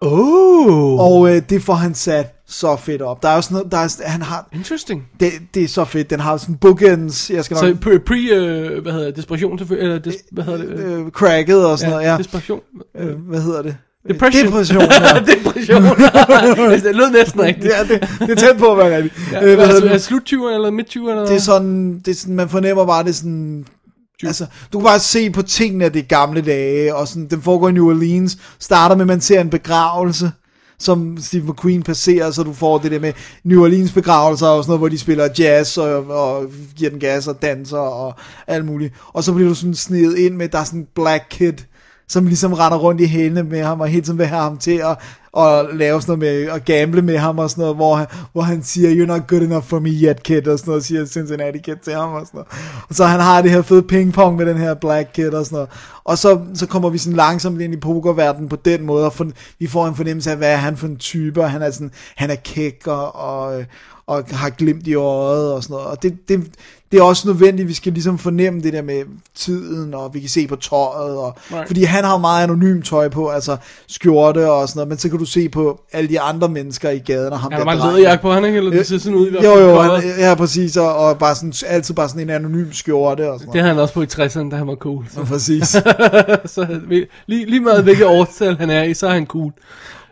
Speaker 4: oh,
Speaker 3: Og øh, det får han sat så fedt op. Der er jo sådan noget, der er, han har,
Speaker 4: interesting.
Speaker 3: det, det er så fedt. Den har sådan bookends, jeg skal nok,
Speaker 4: Så pre, pre øh, hvad hedder det, desperation selvfølgelig, eller des, hvad hedder det? Øh,
Speaker 3: øh, cracket og sådan ja, noget, ja.
Speaker 4: Desperation.
Speaker 3: Øh, hvad hedder det?
Speaker 4: Depression.
Speaker 3: Depression, ja.
Speaker 4: Depression. Altså, det lød næsten rigtigt.
Speaker 3: ja, det, det er tæt på at være rigtigt. Øh,
Speaker 4: Ja,
Speaker 3: hvad hedder
Speaker 4: altså,
Speaker 3: det?
Speaker 4: er slut 20'erne eller midt 20'erne? Eller?
Speaker 3: det er sådan, det er sådan, man fornemmer bare, det er sådan... Altså, du kan bare se på tingene af de gamle dage, og sådan, den foregår i New Orleans, starter med, at man ser en begravelse, som Steve McQueen passerer, så du får det der med New Orleans begravelser og sådan noget, hvor de spiller jazz og, og giver den gas og danser og alt muligt. Og så bliver du sådan snedet ind med, at der er sådan en black kid, som ligesom render rundt i hælene med ham, og hele tiden vil have ham til at, at lave sådan noget med, at gamble med ham og sådan noget, hvor han, hvor han siger, you're not good enough for me yet, kid, og sådan noget, siger Cincinnati Kid til ham og sådan noget. Og så han har det her fede pingpong med den her black kid og sådan noget. Og så, så kommer vi sådan langsomt ind i pokerverdenen på den måde, og for, vi får en fornemmelse af, hvad er han for en type, og han er sådan, han er kæk og, og, og har glimt i øjet og sådan noget. Og det, det, det er også nødvendigt, vi skal ligesom fornemme det der med tiden, og vi kan se på tøjet, og,
Speaker 4: Nej.
Speaker 3: fordi han har jo meget anonym tøj på, altså skjorte og sådan noget, men så kan du se på alle de andre mennesker i gaden, og ham
Speaker 4: Ja,
Speaker 3: der
Speaker 4: der var en
Speaker 3: drengen.
Speaker 4: læderjakke på, han ikke? Eller det ser sådan ud i hvert
Speaker 3: Jo,
Speaker 4: fald.
Speaker 3: jo,
Speaker 4: Coveret.
Speaker 3: han, ja, præcis, og, og bare sådan, altid bare sådan en anonym skjorte og sådan
Speaker 4: Det
Speaker 3: noget.
Speaker 4: havde han også på i 60'erne, da han var cool. Så,
Speaker 3: Ja, præcis.
Speaker 4: så havde vi- lige, lige meget hvilket årstal han er i, så er han cool.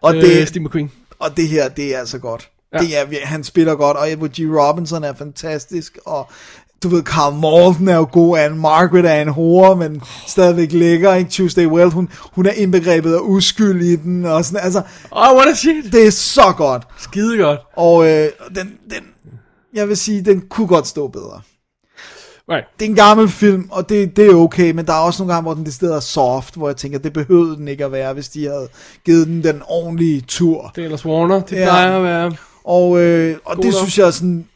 Speaker 3: Og
Speaker 4: Øh,
Speaker 3: det,
Speaker 4: Steve McQueen.
Speaker 3: Og det her, det er altså godt.
Speaker 4: Ja.
Speaker 3: Ja. Det er, vir- han spiller godt, og Edward G. Robinson er fantastisk, og du ved, Carl Morton er jo god, Anne Margaret er en hore, men stadigvæk lækker, ikke? Tuesday Weld, hun, hun er indbegrebet af uskyld i den, og sådan, altså,
Speaker 4: Åh, oh, what a shit.
Speaker 3: det er så godt.
Speaker 4: Skide godt.
Speaker 3: Og øh, den, den, jeg vil sige, den kunne godt stå bedre.
Speaker 4: Right.
Speaker 3: Det er en gammel film, og det, det er okay, men der er også nogle gange, hvor den det sted er soft, hvor jeg tænker, det behøvede den ikke at være, hvis de havde givet den den ordentlige tur.
Speaker 4: Det er ellers Warner. Det
Speaker 3: Ja.
Speaker 4: plejer at være...
Speaker 3: Og, øh, og
Speaker 4: God
Speaker 3: det
Speaker 4: nok.
Speaker 3: synes jeg er sådan,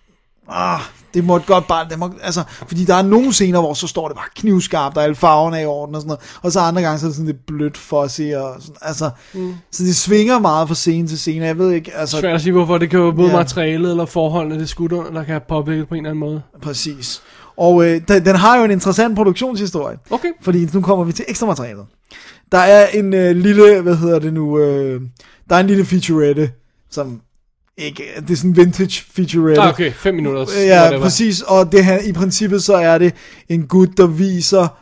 Speaker 3: ah, det må et godt bare, det må, altså, fordi der er nogle scener, hvor så står det bare knivskarpt, og alle farverne er i orden og sådan noget, og så andre gange, så er det sådan lidt blødt fuzzy, og sådan, altså, mm. så det svinger meget fra scene til scene, jeg ved ikke, altså,
Speaker 4: Svært at sige, hvorfor. Det kan jo både
Speaker 3: Ja.
Speaker 4: materialet eller forholdene, det er skudt under, der kan have påvirket på en eller anden måde.
Speaker 3: præcis. Og øh, den, den har jo en interessant produktionshistorie.
Speaker 4: Okay.
Speaker 3: Fordi nu kommer vi til ekstra materialet. Der er en øh, lille, hvad hedder det nu, øh, der er en lille featurette, som ikke, det er sådan en vintage featurette.
Speaker 4: Ah, okay. Fem minutter.
Speaker 3: Øh, Ja, præcis, og det her, i princippet så er det en gut, der viser,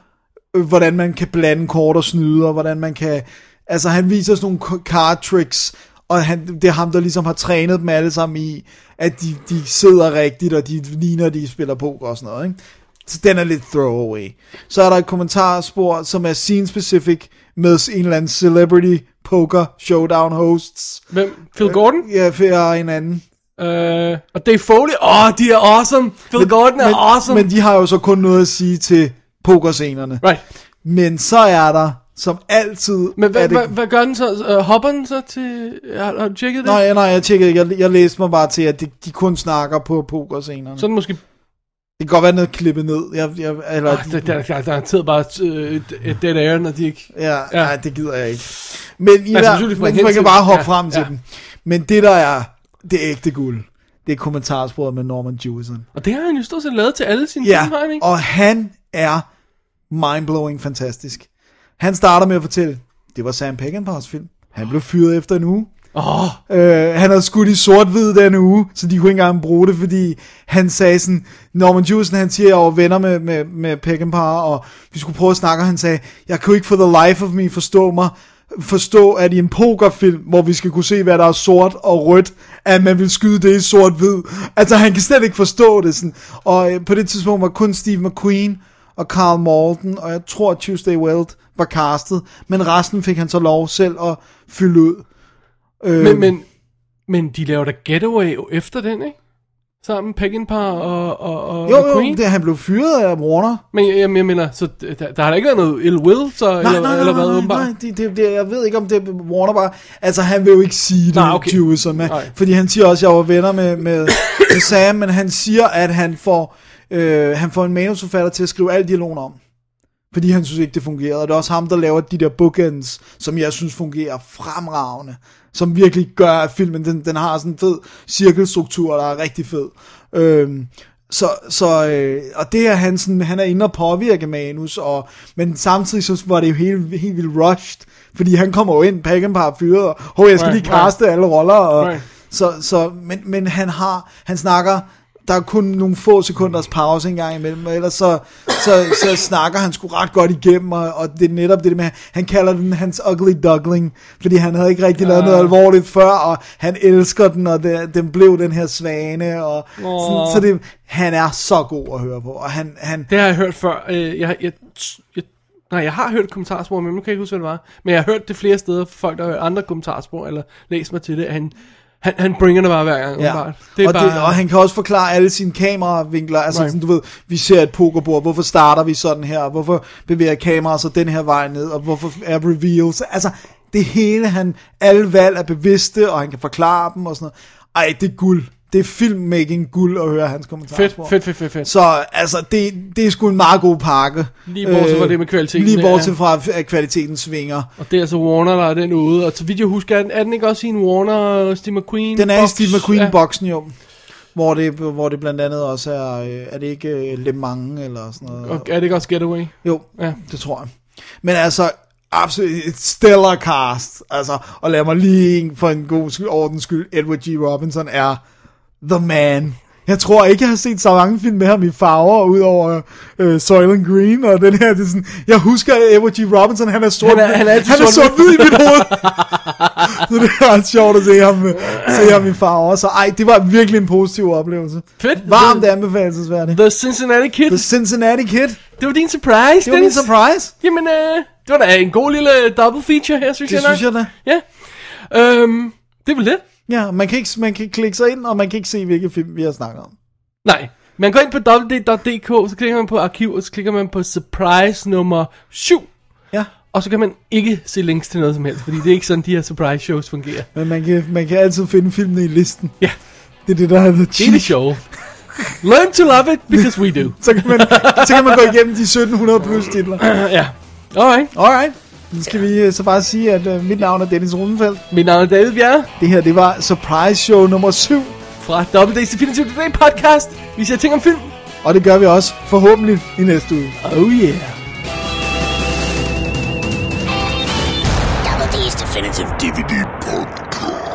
Speaker 3: øh, hvordan man kan blande kort og snyde, og hvordan man kan, altså han viser sådan nogle k- card tricks, og han, det er ham, der ligesom har trænet dem alle sammen i, at de, de sidder rigtigt, og de ligner, de spiller poker og sådan noget, ikke? Så den er lidt throwaway. Så er der et kommentarspor, som er scene specific, med en eller anden celebrity poker showdown hosts.
Speaker 4: Hvem? Phil Gordon?
Speaker 3: Ja, for jeg er en anden.
Speaker 4: Øh, og Dave Foley? Åh, oh, de er awesome. Phil Gordon er
Speaker 3: men,
Speaker 4: awesome.
Speaker 3: Men de har jo så kun noget at sige til pokerscenerne.
Speaker 4: Right.
Speaker 3: Men så er der som altid
Speaker 4: Men
Speaker 3: er
Speaker 4: hvad,
Speaker 3: det...
Speaker 4: hvad, hvad gør den så? Øh, hopper den så til... Har, har du tjekket det?
Speaker 3: Nej, ja, nej, jeg tjekkede ikke. Jeg, jeg læste mig bare til, at de, de kun snakker på pokerscenerne.
Speaker 4: Så er den måske...
Speaker 3: Det kan godt være noget klippet ned. Jeg, jeg, eller,
Speaker 4: Ah, der, der, der, der er garanteret bare øh, et dead air, når de ikke...
Speaker 3: Ja, ja.
Speaker 4: Ja.
Speaker 3: Nej, det gider jeg ikke. Men i
Speaker 4: Altså,
Speaker 3: altså, hver,
Speaker 4: selvfølgelig får jeg
Speaker 3: man,
Speaker 4: hen
Speaker 3: man
Speaker 4: til
Speaker 3: kan bare
Speaker 4: dem.
Speaker 3: hoppe
Speaker 4: Ja,
Speaker 3: ja, frem til
Speaker 4: ja.
Speaker 3: ja. dem. Men det der er, det er ægte guld. Det er kommentarsporet med Norman Jewison.
Speaker 4: Og det har han jo stort set lavet til alle sine
Speaker 3: Ja,
Speaker 4: film, har han ikke?
Speaker 3: og han er mindblowing fantastisk. Han starter med at fortælle, det var Sam Peckinpahs film. Han blev fyret efter en uge.
Speaker 4: Åh,
Speaker 3: Øh, han havde skudt i sort-hvid den uge, så de kunne ikke engang bruge det, fordi han sagde sådan, Norman Jewison, han siger, jeg var venner med, med, med Peckinpah, og vi skulle prøve at snakke, og han sagde, jeg kunne ikke for the life of me forstå mig, forstå, at i en pokerfilm, hvor vi skal kunne se, hvad der er sort og rødt, at man vil skyde det i sort-hvid. Altså, han kan slet ikke forstå det. Sådan. Og øh, på det tidspunkt var kun Steve McQueen og Carl Malden, og jeg tror, Tuesday Weld var castet, men resten fik han så lov selv at fylde ud. Øhm.
Speaker 4: men, men, men de laver da Getaway efter den, ikke? Sammen Peckinpah og, og, og,
Speaker 3: Jo,
Speaker 4: og
Speaker 3: jo,
Speaker 4: Queen.
Speaker 3: det, han blev fyret af Warner.
Speaker 4: Men jeg, jeg, jeg mener, så der, der har da ikke været noget ill will, så, nej, eller, eller hvad, åbenbart?
Speaker 3: nej, det, det, det, jeg ved ikke, om det er Warner bare... Altså, han vil jo ikke sige det,
Speaker 4: Nej, okay.
Speaker 3: Jewison, men,
Speaker 4: Nej.
Speaker 3: fordi han siger også, at jeg var venner med, med, med Sam, men han siger, at han får, øh, han får en manusforfatter til at skrive al dialogen om. Fordi han synes ikke, det fungerede. Og det er også ham, der laver de der bookends, som jeg synes fungerer fremragende. Som virkelig gør, at filmen den, den har sådan en fed cirkelstruktur, der er rigtig fed. Øhm, så, så øh, og det er han sådan, han er inde og påvirke manus, og, men samtidig så var det jo helt, helt vildt rushed, fordi han kommer jo ind, pakken par fyret, og hov, jeg skal
Speaker 4: Right,
Speaker 3: lige kaste alle roller, og,
Speaker 4: Right.
Speaker 3: så, så, men, men han har, han snakker, der er kun nogle få sekunders pause en gang imellem, og ellers så, så, så snakker han sgu ret godt igennem, og, og det er netop det der med, han kalder den hans ugly duckling, fordi han havde ikke rigtig lavet noget alvorligt før, og han elsker den, og det, den blev den her svane, og sådan,
Speaker 4: Åh.
Speaker 3: så det, han er så god at høre på, og han, han
Speaker 4: Det har jeg hørt før. Øh, jeg, jeg, jeg, nej, jeg har hørt et kommentarspor, men nu kan jeg ikke huske, hvad det var. Men jeg har hørt det flere steder fra folk, der har hørt andre kommentarspor, eller læst mig til det. Han, han, han bringer det bare hver gang,
Speaker 3: Ja.
Speaker 4: åbenbart.
Speaker 3: Det og, bare... det, og han kan også forklare alle sine kameravinkler, altså
Speaker 4: Right.
Speaker 3: sådan, du ved, vi ser et pokerbord, hvorfor starter vi sådan her, hvorfor bevæger kameraet sig den her vej ned, og hvorfor er reveals, altså det hele, han, alle valg er bevidste, og han kan forklare dem og sådan noget. Ej, det er guld. Det er filmmaking guld at høre hans kommentarer.
Speaker 4: Fedt, fedt, fedt, fedt, fedt.
Speaker 3: Så altså, det, det er sgu en meget god pakke. Øh,
Speaker 4: Lige bortset fra det med kvaliteten,
Speaker 3: Lige
Speaker 4: ja.
Speaker 3: bortset fra, at kvaliteten svinger.
Speaker 4: Og det er altså Warner, der er den ude. Og så vidt jeg husker, er den, er den ikke også i en Warner, øh, Steve McQueen
Speaker 3: Den er i
Speaker 4: box?
Speaker 3: Steve McQueen-boksen, jo. Hvor det, hvor det blandt andet også er, øh, er det ikke øh, Le Mans eller sådan noget?
Speaker 4: Ja. Og er det ikke også Getaway?
Speaker 3: Jo,
Speaker 4: Ja.
Speaker 3: ja. det tror jeg. Men altså, absolut et stellar cast. Altså, og lad mig lige for en god skyld, ordens skyld, Edward G. Robinson er the man. Jeg tror ikke, jeg har set så mange film med ham i farver, udover øh, Soylent Green og den her. Det er sådan, jeg husker Edward G. Robinson, han er sort
Speaker 4: Han er- han er altid
Speaker 3: han er
Speaker 4: sort-hvid.
Speaker 3: sort hvid i mit hoved. så det er ret sjovt at se ham, øh, se ham i farver. Så ej, det var virkelig en positiv oplevelse.
Speaker 4: Fedt.
Speaker 3: Varmt
Speaker 4: The,
Speaker 3: anbefalesværdigt.
Speaker 4: The Cincinnati Kid.
Speaker 3: The Cincinnati Kid.
Speaker 4: Det var din surprise,
Speaker 3: Det var min
Speaker 4: Dennis.
Speaker 3: surprise.
Speaker 4: Jamen, øh, det var da en god lille øh, double feature her, synes
Speaker 3: Det
Speaker 4: jeg nok.
Speaker 3: synes jeg da.
Speaker 4: Ja. Øhm, det var det.
Speaker 3: Ja, man kan, ikke, man kan klikke sig ind, og man kan ikke se, hvilke film vi har snakket om.
Speaker 4: Nej. Man går ind på www.dk, så klikker man på arkiv, og så klikker man på surprise nummer 7.
Speaker 3: Ja,
Speaker 4: Og så kan man ikke se links til noget som helst, fordi det er ikke sådan, de her surprise shows fungerer.
Speaker 3: men man kan, man kan altid finde filmene i listen.
Speaker 4: Ja.
Speaker 3: Det er det, der er the
Speaker 4: Det er det
Speaker 3: cheat.
Speaker 4: sjove. Learn to love it, because we do.
Speaker 3: Så kan, man, så kan man gå igennem de 1700 plus titler.
Speaker 4: ja. Alright.
Speaker 3: Alright. Nu skal vi øh, så bare sige, at uh, mit navn er Dennis Rosenfeldt.
Speaker 4: Mit navn er David Bjerre
Speaker 3: Det her, det var Surprise Show nummer 7.
Speaker 4: fra Double D's Definitive Today podcast. Vi ser ting om film.
Speaker 3: Og det gør vi også forhåbentlig i næste uge.
Speaker 4: Oh yeah.
Speaker 2: Double D's Definitive DVD Podcast.